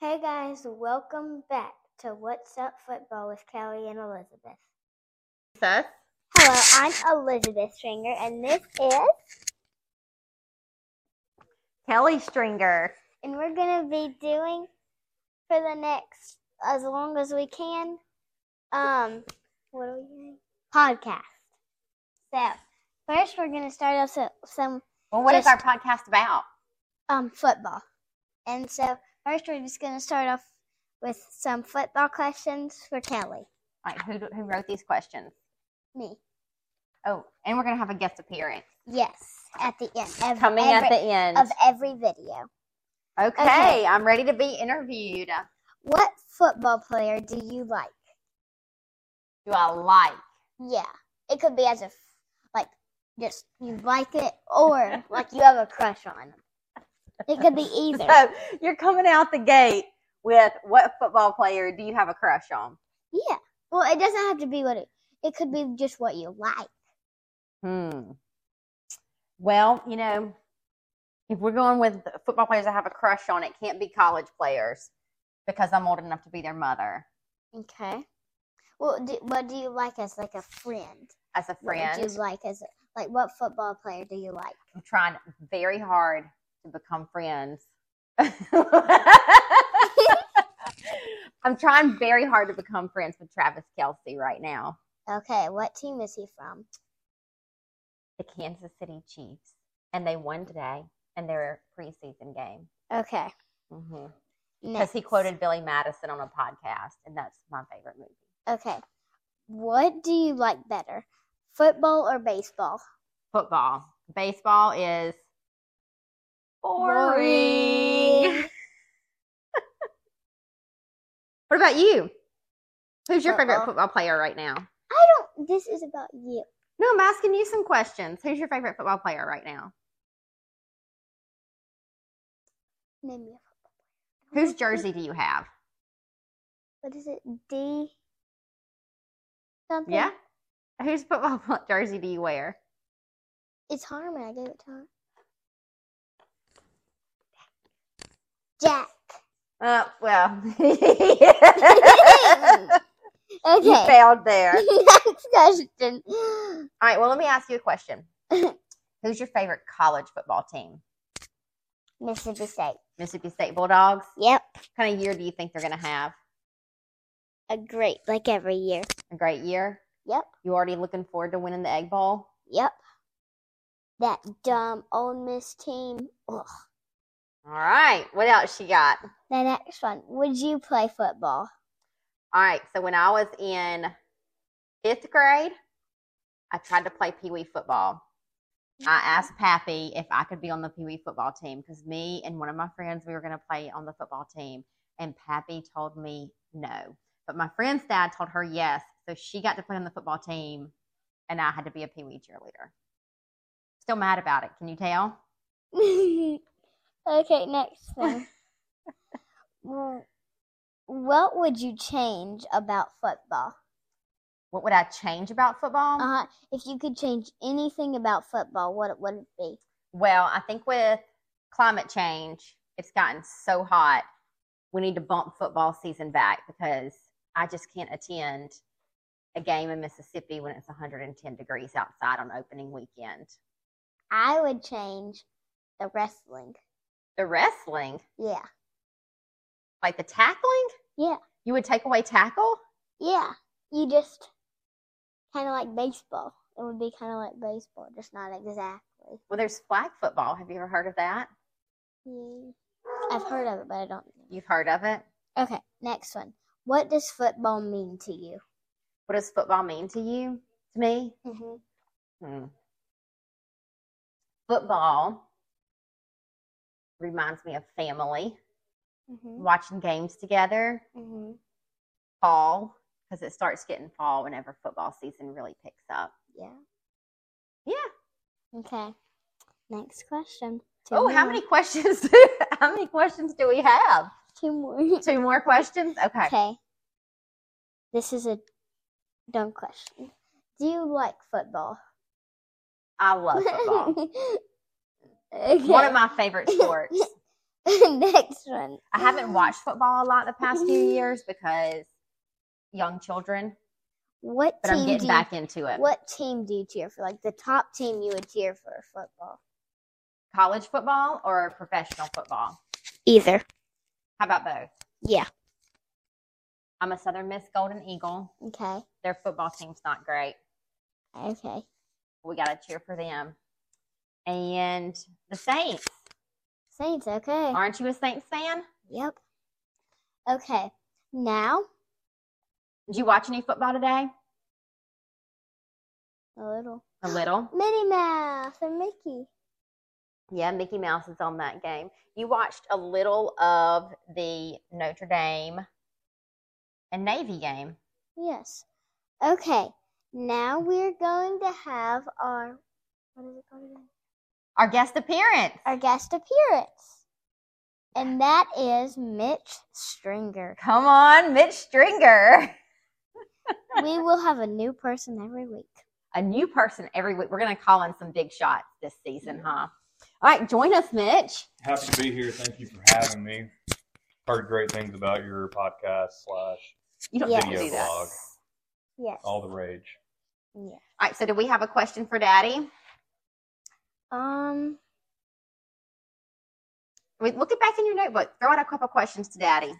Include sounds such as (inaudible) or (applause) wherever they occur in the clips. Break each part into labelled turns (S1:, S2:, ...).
S1: Hey guys, welcome back to What's Up Football with Kelly and Elizabeth.
S2: Sus.
S1: Hello, I'm Elizabeth Stringer, and this is,
S2: Kelly Stringer.
S1: and we're gonna be doing for the next as long as we can. Um, what are we doing? Podcast. So first, we're gonna start off so, some
S2: Well, what is
S1: Just-
S2: our podcast about?
S1: um football, and so first we're just gonna start off with some football questions for Kelly.
S2: Like, who, who wrote these questions?
S1: Me.
S2: Oh, and we're going to have a guest appearance
S1: Yes, at the end. Of
S2: coming
S1: every,
S2: at the end.
S1: of every video.
S2: okay,
S1: okay.
S2: I'm ready to be interviewed.
S1: What football player do you like?
S2: Do I like?
S1: Yeah, it could be as if like just you like it
S2: (laughs)
S1: or like you have a crush on them. It could be
S2: (laughs)
S1: either.
S2: So you're coming out the gate with what football player do you have a crush on?
S1: Yeah. Well, it doesn't have to be what it. It could be just what you like.
S2: Hmm. Well, you know, if we're going with football players I have a crush on, it can't be college players because I'm old enough to be their mother.
S1: Okay. Well, do, what do you like as like a friend?
S2: As a
S1: What
S2: friend,
S1: would you like as a- like what football player do you like?
S2: I'm trying very hard to become friends. I'm trying very hard to become friends with Travis Kelsey right now,
S1: Okay, what team is he from?
S2: the Kansas City Chiefs, and they won today in their preseason game.
S1: Okay.
S2: Because
S1: Because
S2: he quoted Billy Madison on a podcast, and that's my favorite movie.
S1: Okay. What do you like better, football or baseball?
S2: Football, baseball is boring.
S1: Boring.
S2: What about you? Who's your favorite
S1: Football.
S2: football player right now?
S1: I don't. This is about you.
S2: No, I'm asking you some questions. Who's your favorite football player right now?
S1: Name me. a-
S2: Whose jersey do you have?
S1: What is it? D. Something.
S2: Yeah. Whose football (laughs) pl- jersey do you wear?
S1: It's Harmon. I gave it to her. Jack.
S2: Uh, well, (laughs) you
S1: Okay.
S2: failed (laughs) there. All
S1: (laughs) Next question. (gasps)
S2: right. Well, let me ask you a (laughs) question. Who's your favorite college football team?
S1: Mississippi State.
S2: Mississippi State Bulldogs.
S1: Yep.
S2: What kind of year do you think they're going to have?
S1: A great, like every year.
S2: A great year.
S1: Yep.
S2: You already looking forward to winning the Egg Bowl?
S1: Yep. That dumb Ole Miss team. Ugh.
S2: All right. What else you got?
S1: The next one. Would you play football?
S2: All right. So when I was in fifth grade, I tried to play Pee Wee football. I asked Pappy if I could be on the Pee Wee football team because me and one of my friends, we were going to play on the football team. And Pappy told me no. But my friend's dad told her yes. So she got to play on the football team and I had to be a Pee Wee cheerleader. Still mad about it. Can you tell?
S1: (laughs) okay, next one. Mm, what would you change about football?
S2: What would I change about football?
S1: Uh, if you could change anything about football, what would it be?
S2: Well, I think with climate change, it's gotten so hot. We need to bump football season back because I just can't attend a game in Mississippi when it's 110 degrees outside on opening weekend.
S1: I would change the wrestling.
S2: The wrestling,
S1: Yeah.
S2: like the tackling?
S1: Yeah.
S2: You would take away tackle?
S1: Yeah. You just kind of like baseball. It would be kind of like baseball, just not exactly.
S2: Well, there's flag football. Have you ever heard of that?
S1: Yeah. Hmm. I've heard of it, but I don't know.
S2: You've heard of it?
S1: Okay, next one. What does football mean to you?
S2: What does football mean to you? To me?
S1: Mm-hmm.
S2: Hmm. Football reminds me of family,
S1: Mm-hmm.
S2: watching games together,
S1: Mm-hmm.
S2: fall, because it starts getting fall whenever football season really picks up.
S1: Yeah.
S2: Yeah.
S1: Okay. Next question. Two
S2: Oh, how
S1: more.
S2: many questions? (laughs) do- how many questions do we have?
S1: Two more.
S2: Two more questions. Okay.
S1: okay. This is a dumb question. Do you like football?
S2: I love football.
S1: (laughs) okay.
S2: One of my favorite sports.
S1: (laughs) Next one.
S2: I haven't watched football a lot the past
S1: (laughs)
S2: few years because young children,
S1: What
S2: but
S1: team
S2: I'm
S1: do
S2: getting
S1: you,
S2: back into it.
S1: What team do you cheer for? Like the top team you would cheer for football.
S2: College football or professional football?
S1: Either.
S2: How about both?
S1: Yeah.
S2: I'm a Southern Miss Golden Eagle.
S1: Okay.
S2: Their football team's not great.
S1: Okay.
S2: We got to cheer for them. And the Saints.
S1: Saints. Okay.
S2: Aren't you a Saints fan?
S1: Yep. Okay. Now
S2: Did you watch any football today?
S1: a little
S2: A little.
S1: Minnie Mouse and Mickey.
S2: Yeah, Mickey Mouse is on that game. You watched a little of the Notre Dame and Navy game.
S1: Yes. Okay. Now we're going to have our what is it called again?
S2: Our guest appearance.
S1: Our guest appearance. And that is Mitch Stringer.
S2: Come on, Mitch Stringer.
S1: (laughs) we will have a new person every week.
S2: A new person every week. We're going to call in some big shots this season, huh? All right, join us, Mitch.
S3: Happy to be here. Thank you for having me. Heard great things about your podcast slash
S2: You don't
S1: Yes.
S2: have to do
S1: Video
S2: that.
S3: blog.
S1: Yes.
S3: all the rage.
S1: Yeah.
S2: All right, so do we have a question for Daddy?
S1: Um
S2: Wait, look it back in your notebook. Throw out a couple questions to Daddy.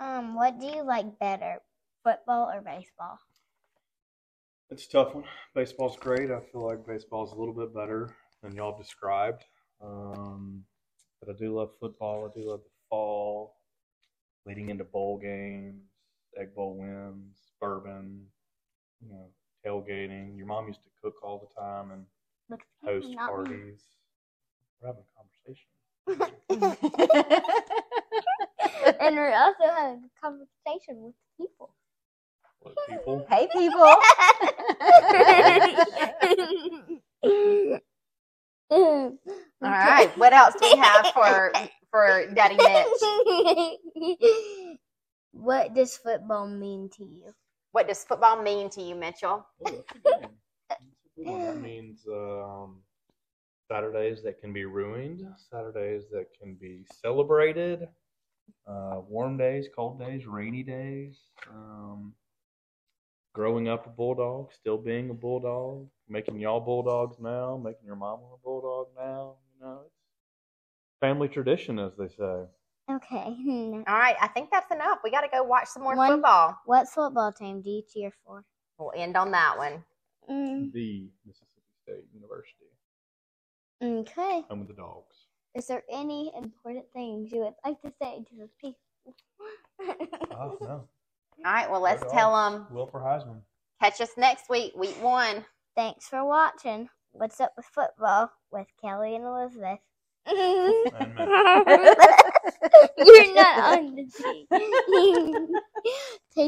S1: um what do you like better? Football or baseball?
S3: It's a tough one. Baseball's great. I feel like baseball's a little bit better than y'all described. Um, but I do love football. I do love the fall, leading into bowl games, egg bowl wins, bourbon, you know, tailgating. Your mom used to cook all the time and host
S1: Not me.
S3: parties. We're having a conversation.
S1: (laughs) and we're also having a conversation with people. (laughs)
S3: What people?
S2: hey, people.
S1: All
S2: All right. What else do we have for for Daddy Mitch?
S1: (laughs) what does football mean to you?
S2: What does football mean to you, Mitchell?
S3: Oh, that's a good one. That's a
S2: (laughs)
S3: good one. That means um, Saturdays that can be ruined, Saturdays that can be celebrated, uh, warm days, cold days, rainy days. Um, growing up a bulldog, still being a bulldog, making y'all bulldogs now, making your mama a bulldog now. You know, it's family tradition, as they say.
S1: Okay. (laughs) hmm.
S2: All right. I think that's enough. We got to go watch some more
S1: One-
S2: football.
S1: What football team do you cheer for?
S2: We'll end on that one.
S1: Mm,
S3: The Mississippi State University,
S1: okay.
S3: home of the dogs.
S1: Is there any important things you would like to say to the people?
S3: Oh no,
S2: All right. Well, let's
S3: Good
S2: tell them.
S3: Wilper (laughs) Heisman.
S2: Catch us next week, week one.
S1: Thanks for watching. What's up with football with Kelly and (laughs) Elizabeth?
S3: Amen.
S1: You're not on the team. (laughs)